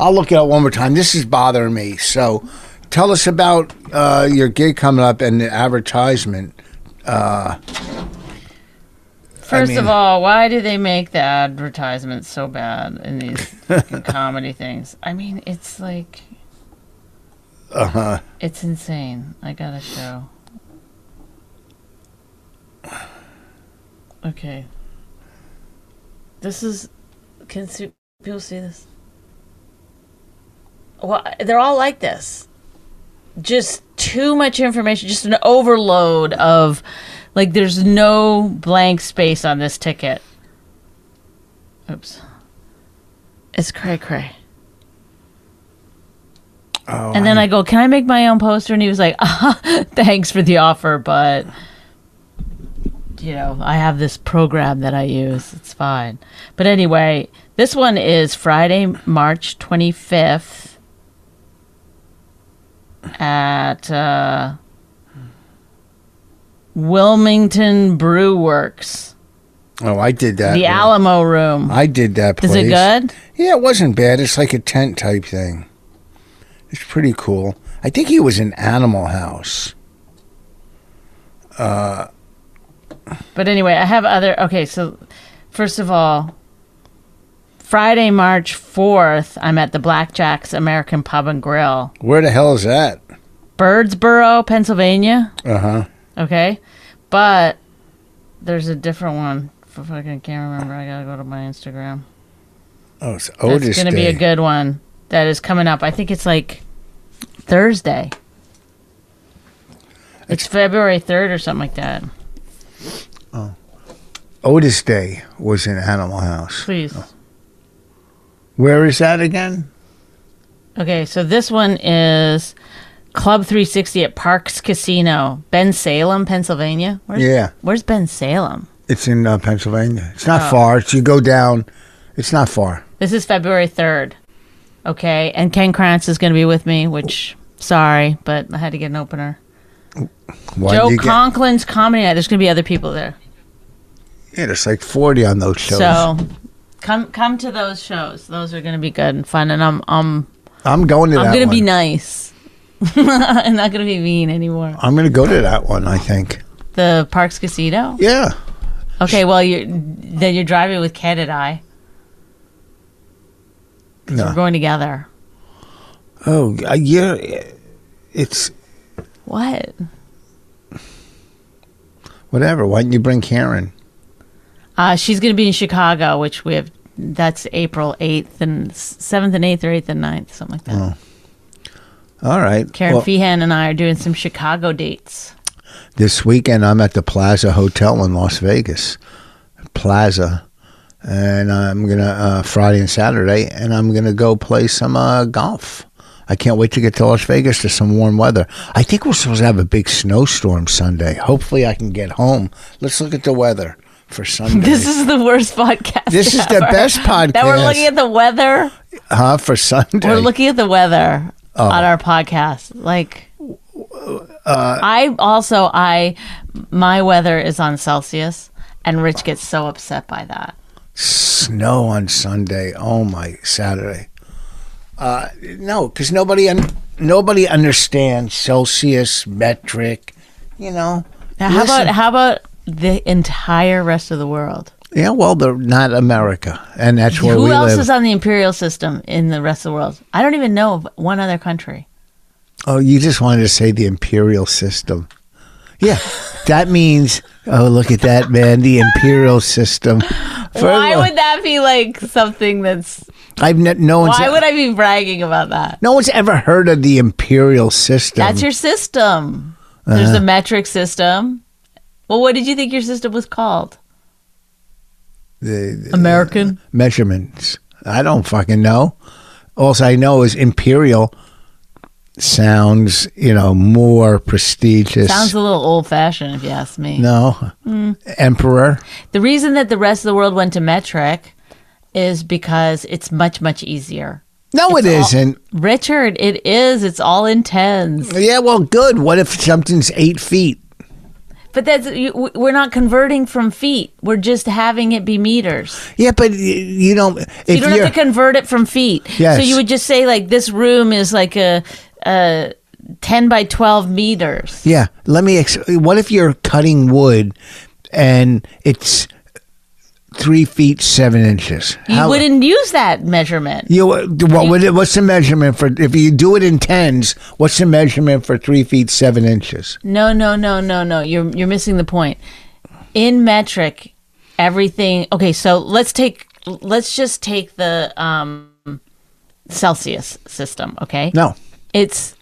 S2: I'll look it up one more time. This is bothering me. So, tell us about uh, your gig coming up and the advertisement.
S3: First of
S2: mean-
S3: all, why do they make the advertisements so bad in these fucking comedy things? I mean, it's like,
S2: Uh huh.
S3: it's insane. I gotta show. Okay. This is. Can see, people see this? Well, they're all like this. Just too much information, just an overload of. Like, there's no blank space on this ticket. Oops. It's cray cray.
S2: Oh,
S3: And then I go, "Can I make my own poster?" And he was like, ah, "Thanks for the offer, but you know, I have this program that I use. It's fine." But anyway, this one is Friday, March 25th at uh, Wilmington Brew Works,
S2: oh, I did that.
S3: the
S2: one.
S3: Alamo Room.
S2: I did that. Place.
S3: Is it good?
S2: Yeah, it wasn't bad. It's like a tent type thing. It's pretty cool. I think he was in Animal House.
S3: But anyway, I have other. Okay, so first of all, Friday, March 4th, I'm at the Blackjack's American Pub and Grill,
S2: Where the hell is that?
S3: Birdsboro, Pennsylvania.
S2: Uh huh.
S3: Okay. But there's a different one. If I can- can't remember, I gotta go to my Instagram.
S2: Oh, it's
S3: That's
S2: Otis
S3: gonna
S2: Day.
S3: be a good one that is coming up. I think it's like Thursday. It's February 3rd or something like that.
S2: Otis Day was in Animal House.
S3: Please.
S2: Where is that again?
S3: Okay, so this one is Club 360 at Parks Casino, Ben Salem, Pennsylvania. Where's,
S2: Yeah.
S3: Where's Ben Salem?
S2: It's in uh, Pennsylvania. It's
S3: Oh.
S2: not far. It's, you go down. It's not far.
S3: This is February 3rd. Okay, and Ken Krantz is going to be with me, which, sorry, but I had to get an opener.
S2: Why
S3: Joe
S2: you get-
S3: Conklin's comedy night. There's gonna be other people there,
S2: yeah, there's like 40 on those shows.
S3: so come come to those shows. Those are gonna be good and fun, and I'm I'm
S2: I'm going to
S3: I'm
S2: that
S3: gonna be
S2: one.
S3: nice. I'm not gonna be mean anymore.
S2: I'm going to go to that one, I think.
S3: The Parks Casino.
S2: Yeah.
S3: Okay, well you then you're driving with Cat and I.
S2: No.
S3: We're going together.
S2: Oh, uh, yeah. It's
S3: What?
S2: whatever. Why didn't you bring Karen?
S3: Uh, she's going to be in Chicago, which we have. That's April eighth and seventh and eighth or eighth and 9th, something like that.
S2: All right.
S3: Karen
S2: Oh. Well,
S3: Feehan and I are doing some Chicago dates.
S2: this weekend, I'm at the Plaza Hotel in Las Vegas. Plaza. And I'm going to, uh, Friday and Saturday, and I'm going to go play some uh, golf. I can't wait to get to Las Vegas to some warm weather. I think we're supposed to have a big snowstorm Sunday. Hopefully, I can get home. Let's look at the weather for Sunday.
S3: This is the worst podcast.
S2: This is the
S3: ever.
S2: best
S3: That we're
S2: podcast.
S3: looking at the weather.
S2: huh? For Sunday.
S3: We're looking at the weather
S2: Oh.
S3: on our podcast. Like,
S2: Uh,
S3: I also I my weather is on Celsius, and Rich gets so upset by that.
S2: snow on Sunday. Oh my Saturday. Uh, no, because nobody un- nobody understands Celsius metric. You know.
S3: Now, how
S2: Listen-
S3: about how about the entire rest of the world?
S2: Yeah, well, they're not America, and that's where
S3: Who
S2: we
S3: else
S2: live.
S3: is on the imperial system in the rest of the world? I don't even know of one other country.
S2: oh, you just wanted to say the imperial system. Yeah, that means. Oh, look at that man! The imperial system.
S3: Why would that be like something that's?
S2: I've ne- no one's e,
S3: Why would I be bragging about that?
S2: no one's ever heard of the imperial system.
S3: That's your system. There's
S2: Uh-huh.
S3: a metric system. Well, what did you think your system was called?
S2: the, uh,
S3: American.
S2: measurements. I don't fucking know. All I know is imperial sounds, you know, more prestigious.
S3: Sounds Mm. a little old fashioned, if you ask me.
S2: no, emperor.
S3: The reason that the rest of the world went to metric is because it's much, much easier.
S2: No, it isn't.
S3: Richard, it is. It's all in tens.
S2: Yeah, well, good. What if something's eight feet?
S3: But that's you, w- we're not converting from feet. We're just having it be meters.
S2: Yeah, but y- you don't. If
S3: you don't
S2: are
S3: have to convert it from feet. So
S2: Yes.
S3: you would just say like this room is like a, a ten by twelve meters.
S2: yeah, let me. Ex- what if you're cutting wood, and it's three feet seven inches?
S3: You
S2: How-
S3: wouldn't use that measurement.
S2: You what? What what's the measurement for? If you do it in tens, what's the measurement for three feet seven inches?
S3: No, no, no, no, no. You're you're missing the point. In metric, everything. Okay, so let's take let's just take the um, Celsius system. Okay.
S2: No,
S3: it's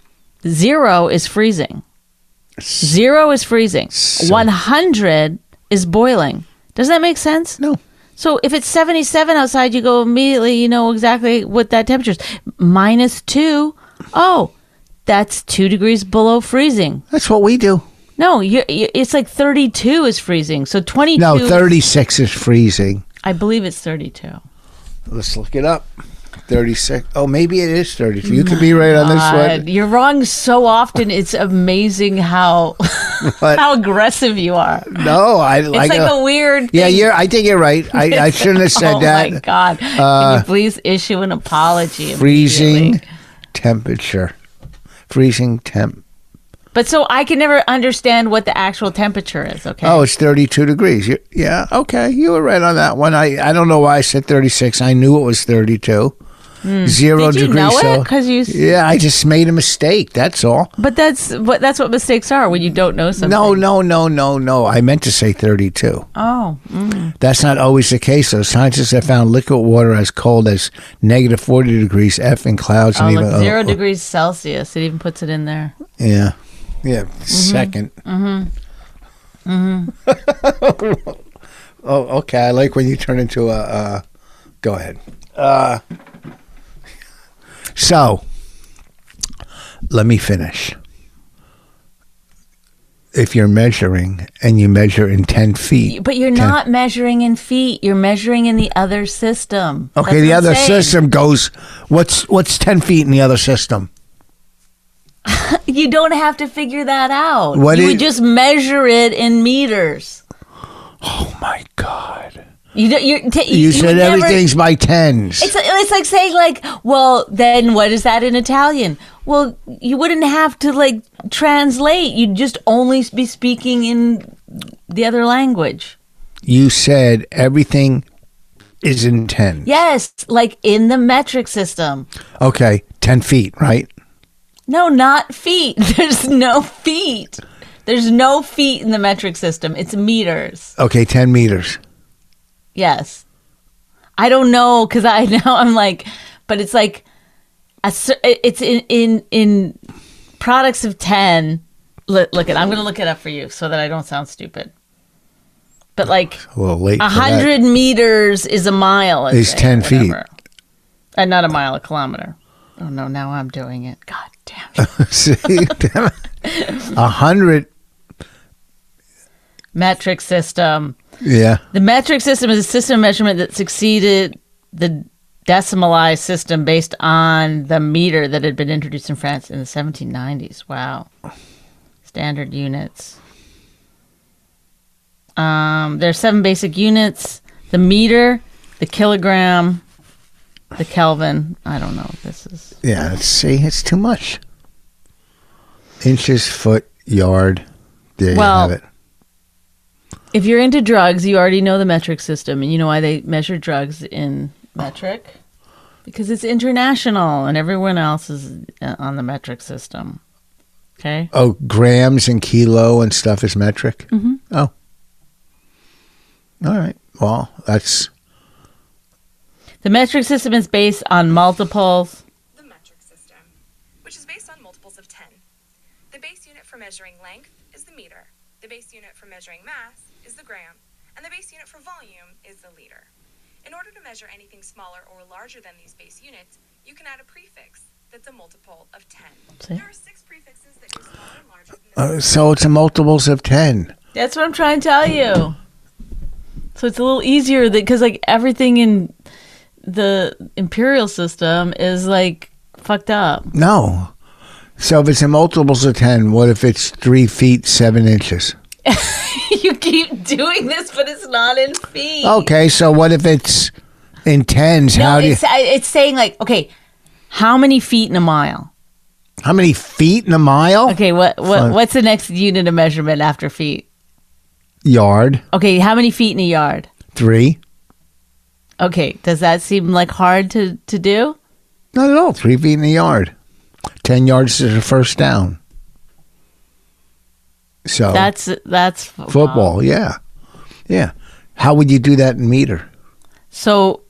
S3: zero is freezing. Zero is freezing. 100 is boiling. Does that make sense?
S2: no.
S3: So if it's 77 outside, you go immediately, you know exactly what that temperature is. Minus two, oh, that's two degrees below freezing.
S2: That's what we do.
S3: No, you you- it's like 32 is freezing. So 22,
S2: No, thirty six is freezing.
S3: I believe it's 32.
S2: Let's look it up. Thirty six. Oh, maybe it is thirty two. You could be right on
S3: God,
S2: this
S3: Uh, you're wrong so often. It's amazing how
S2: one, but
S3: how aggressive you are.
S2: no, I
S3: It's
S2: like.
S3: like a weird.
S2: yeah,
S3: thing.
S2: you're. I think you're right. I, I shouldn't have said
S3: oh
S2: that. Uh,
S3: my god! Can you please issue an apology?
S2: Freezing
S3: immediately?
S2: temperature. Freezing temp.
S3: But so I can never understand what the actual temperature is. Okay.
S2: Oh, it's 32 degrees. You, yeah, okay. You were right on that one. I, I don't know why I said 36. I knew it was 32. Zero
S3: Hmm. Did you
S2: degrees.
S3: know it?
S2: Cel-
S3: 'Cause you s-
S2: Yeah, I just made a mistake. That's all.
S3: but that's what that's what mistakes are when you don't know something.
S2: No, no, no, no, no. I meant to say 32.
S3: Oh, mm.
S2: That's not always the case, though. Scientists have found liquid water as cold as negative 40 degrees F in clouds
S3: oh
S2: and
S3: look,
S2: even
S3: zero
S2: oh, oh,
S3: degrees Celsius. It even puts it in there.
S2: Yeah. Yeah. Second. Mm hmm. Mm hmm. Mm-hmm. oh, okay. I like when you turn into a. Uh, go ahead. Uh, so, let me finish. If you're measuring and you measure in 10 feet.
S3: But you're
S2: 10
S3: not measuring in feet. You're measuring in the other system.
S2: Okay,
S3: That's
S2: the
S3: what I'm
S2: other
S3: saying.
S2: system goes. What's what's ten feet in the other system?
S3: You don't have to figure that out.
S2: What
S3: you
S2: is-
S3: would just measure it in meters.
S2: Oh my god!
S3: You don't, you're, t-
S2: You,
S3: would
S2: said
S3: never-
S2: everything's by tens.
S3: It's, it's like saying like, well, then what is that in Italian? Well, you wouldn't have to like translate. You'd just only be speaking in the other language.
S2: you said everything is in ten.
S3: Yes, like in the metric system.
S2: Okay, ten feet, right?
S3: No, not feet. There's no feet. There's no feet in the metric system. It's meters.
S2: Okay, ten meters.
S3: Yes. I don't know cuz I now I'm like but it's like a, cer- it's in in in products of 10. Look, look it. I'm going to look it up for you so that I don't sound stupid. But like
S2: A little late.
S3: a
S2: for that.
S3: 100 meters is a mile. I
S2: Is 10
S3: think,
S2: feet.
S3: whatever. And not a mile, a kilometer. Oh no, now I'm doing it. God damn it.
S2: See, Damn it. a hundred.
S3: Metric system.
S2: Yeah.
S3: The metric system is a system of measurement that succeeded the decimalized system based on the meter that had been introduced in France in the 1790s. Wow. Standard units. Um, there are seven basic units the meter, the kilogram, the Kelvin. I don't know what this is.
S2: Yeah, it's- see, it's too much. Inches, foot, yard. There
S3: Well-
S2: you have it.
S3: If you're into drugs, you already know the metric system, and you know why they measure drugs in metric because it's international, and everyone else is uh, on the metric system. Okay,
S2: Oh, grams and kilo and stuff is metric. Mm-hmm. Oh, all right. Well, that's
S3: the metric system is based on multiples.
S6: the metric system, which is based on multiples of 10. The base unit for measuring length is the meter, the base unit for measuring mass is the gram, and the base unit for volume is the liter. In order to measure anything smaller or larger than these base units, you can add a prefix that's a multiple of 10.
S3: See?
S6: There are six prefixes that are smaller and larger than the
S2: uh, so it's a multiples of ten.
S3: That's what I'm trying to tell you. So it's a little easier that because like everything in the imperial system is like fucked up.
S2: No. So if it's in multiples of ten, what if it's three feet seven inches?
S3: you keep doing this, but it's not in feet.
S2: Okay, so what if it's in tens?
S3: No,
S2: how do you,
S3: it's, I it's saying like, okay, how many feet in a mile?
S2: how many feet in a mile?
S3: Okay, what
S2: Fine.
S3: what what's the next unit of measurement after feet?
S2: Yard
S3: Okay, how many feet in a yard?
S2: three.
S3: Okay, does that seem like hard to to do?
S2: Oh. Not at all. Three feet in the yard. Ten yards is a first down. So
S3: That's that's football.
S2: football, yeah. Yeah. How would you do that in meter?
S3: So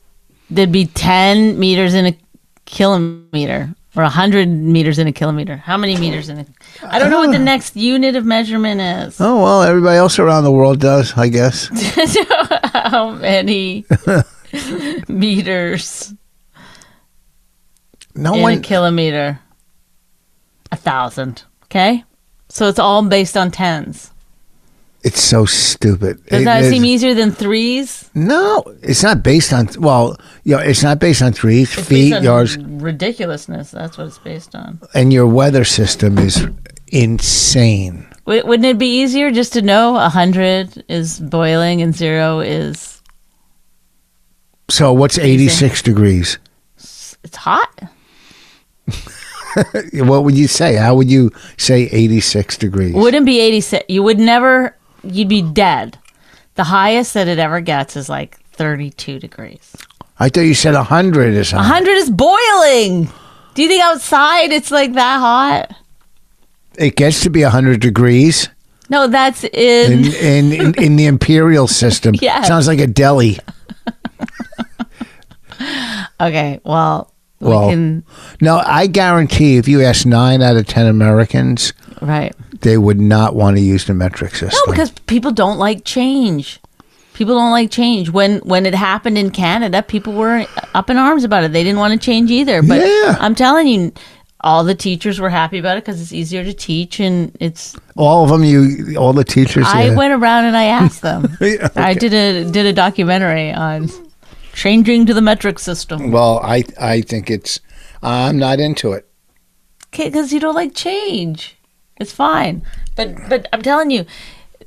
S3: there'd be ten meters in a kilometer or hundred meters in a kilometer. How many meters in a? I don't know what the next unit of measurement is.
S2: Oh well, everybody else around the world does, I guess.
S3: how many meters?
S2: No
S3: in a
S2: one
S3: kilometer. A thousand. Okay? So it's all based on tens.
S2: it's so stupid.
S3: Does
S2: It
S3: that
S2: is-
S3: seem easier than threes?
S2: No, it's not based on well, you know, it's not based on threes,
S3: It's
S2: feet,
S3: based on
S2: yards,
S3: Ridiculousness. That's what it's based on.
S2: and your weather system is insane.
S3: W- wouldn't it be easier just to know a hundred is boiling and zero is
S2: So what's eighty six degrees?
S3: it's hot?
S2: What would you say? How would you say eighty six degrees?
S3: Wouldn't be eighty six. You would never. You'd be dead. The highest that it ever gets is like thirty two degrees.
S2: I thought you said 100 or
S3: A
S2: something.
S3: hundred is boiling. Do you think outside it's like that hot?
S2: It gets to be 100 degrees
S3: No, that's
S2: in,
S3: in.
S2: in, in, in the imperial system.
S3: Yes.
S2: Sounds like a deli.
S3: Okay, well,
S2: Well-
S3: we can.
S2: No, I guarantee if you ask nine out of 10 Americans,
S3: Right.
S2: they would not want to use the metric system.
S3: No, because people don't like change. People don't like change. When when it happened in Canada, people were up in arms about it. They didn't want to change either. But
S2: Yeah.
S3: I'm telling you, all the teachers were happy about it because it's easier to teach, and it's.
S2: all of them, you, all the teachers.
S3: I
S2: yeah.
S3: went around and I asked them.
S2: Yeah,
S3: I did a did a documentary on changing to the metric system.
S2: well, I, I think it's, I'm not into it.
S3: because you don't like change. It's fine. But but I'm telling you,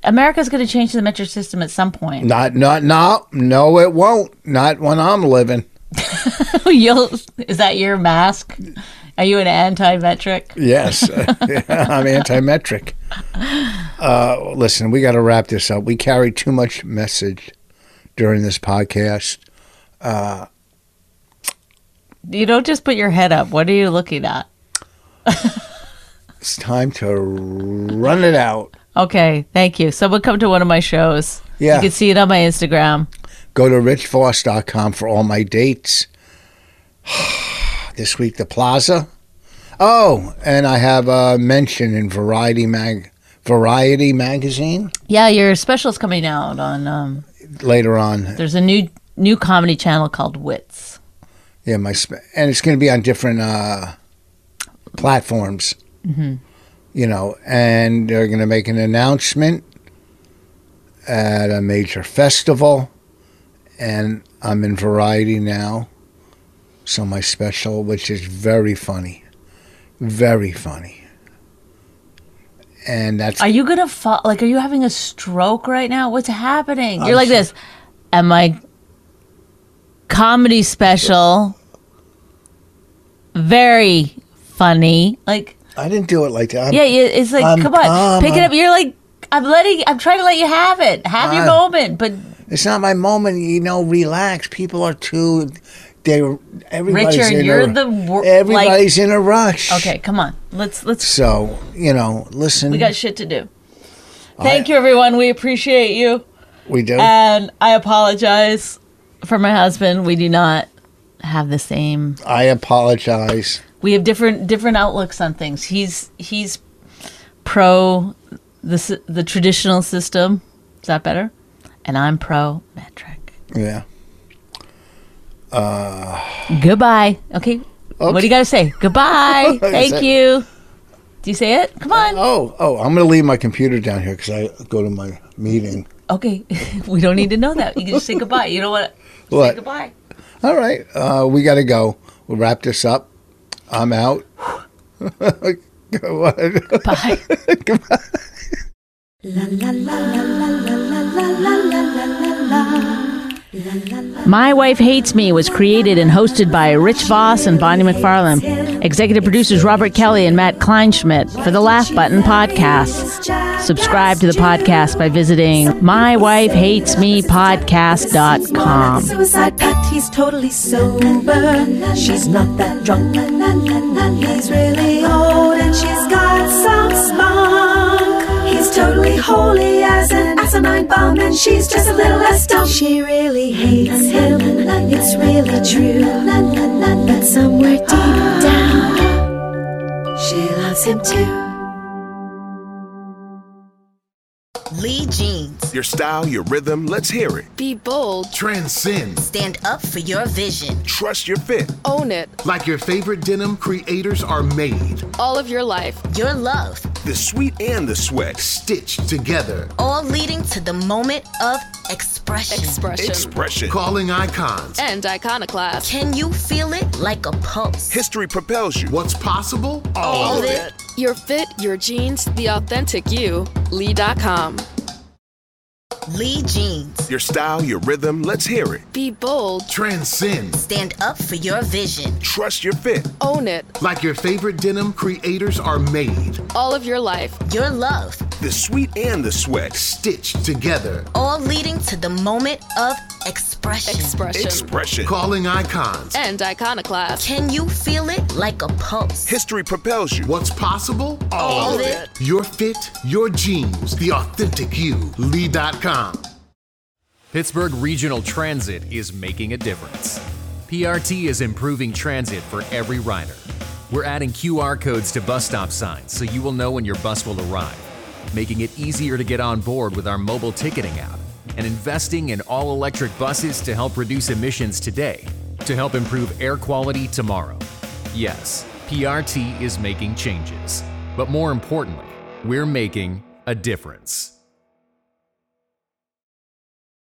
S3: America's going to change the metric system at some point.
S2: Not, not, no, no, it won't. Not when I'm living.
S3: You'll, is that your mask? Are you an anti-metric?
S2: Yes, I'm anti-metric. Uh, listen, we got to wrap this up. We carry too much message during this podcast.
S3: You don't just put your head up. What are you looking at?
S2: It's time to run it out.
S3: Okay, thank you. Someone come to one of my shows.
S2: Yeah.
S3: You can see it on my Instagram.
S2: Go to richvoss.com for all my dates. this week, the Plaza. Oh, and I have a mention in Variety Mag, Variety Magazine
S3: Yeah, your special's coming out on um
S2: later on.
S3: there's a new new comedy channel called Wits.
S2: Yeah, my sp- and it's going to be on different uh, platforms. You know, and they're going to make an announcement at a major festival, and I'm in Variety now, so my special, which is very funny, very funny, and that's
S3: Are you going to fall like are you having a stroke right now? What's happening?
S2: I'm
S3: You're like
S2: so-
S3: this. And my comedy special very funny. Like
S2: I didn't do it like that. I'm-
S3: yeah, yeah, it's like
S2: I'm
S3: come on. pick
S2: calm.
S3: it up. You're like I'm letting I'm trying to let you have it. Have your
S2: I'm-
S3: moment, but
S2: It's not my moment, you know. Relax. People are too. They everybody's
S3: Richard,
S2: in
S3: you're
S2: a,
S3: the wor- like-
S2: everybody's in a rush.
S3: Okay, come on. Let's let's
S2: So you know, listen.
S3: We got shit to do. Thank you, everyone. We appreciate you.
S2: we do.
S3: And I apologize for my husband. We do not have the same.
S2: I apologize.
S3: We have different different outlooks on things. He's he's pro the s- the traditional system. Is that better? And I'm pro metric.
S2: Yeah.
S3: Goodbye. Okay. What do you got to say? Goodbye. Thank
S2: it.
S3: you. Do you say it? Come on.
S2: Oh, oh, I'm gonna leave my computer down here because I go to my meeting.
S3: Okay. we don't need to know that. You can just say goodbye. You know what? Say
S2: What?
S3: goodbye.
S2: All right. Uh, we gotta go. We'll wrap this up. I'm out. Go on.
S3: Bye. My Wife Hates Me was created and hosted by Rich Voss and Bonnie McFarlane. Executive producers Robert Kelly and Matt Kleinschmidt for the Laugh Button podcast. Subscribe to the podcast by visiting mywifehatesmepodcast.com.
S1: Suicide pact, he's totally sober. She's not that drunk. He's really old and she's got some spunk. He's totally holy as an asinine bomb, and she's just a little less dumb. She really hates him. It's really true. But somewhere deep down, she loves him too.
S7: Lee Jeans.
S4: Your style, your rhythm, let's hear it.
S7: Be bold.
S8: Transcend.
S7: Stand up for your vision.
S4: Trust your fit.
S9: Own it.
S8: Like your favorite denim, creators are made,
S9: All of your life.
S7: Your love.
S4: The sweet and the sweat.
S8: stitched together.
S7: All leading to the moment of expression.
S9: Expression.
S4: Expression.
S8: Calling icons.
S9: and iconoclast.
S7: Can you feel it like a pulse?
S4: History propels you.
S8: What's possible?
S7: All of it.
S9: Your fit, your jeans, the authentic you. Lee.com.
S7: Lee Jeans.
S4: Your style, your rhythm, let's hear it.
S9: Be bold.
S8: Transcend.
S7: Stand up for your vision.
S4: Trust your fit.
S9: Own it.
S8: Like your favorite denim, creators are made,
S9: All of your life.
S7: Your love.
S4: The sweet and the sweat.
S8: stitched together.
S7: All leading to the moment of expression.
S9: Expression.
S4: Expression.
S8: Calling
S7: Eh.
S8: icons.
S9: and iconoclast.
S7: Can you feel it like a pulse?
S4: History propels you.
S8: What's possible?
S7: All of it.
S8: Your fit, your jeans, the authentic you. Lee.com.
S10: Pittsburgh Regional Transit is making a difference. PRT is improving transit for every rider. We're adding QR codes to bus stop signs so you will know when your bus will arrive, making it easier to get on board with our mobile ticketing app, and investing in all electric buses to help reduce emissions today to help improve air quality tomorrow. Yes, PRT is making changes, but more importantly, we're making a difference.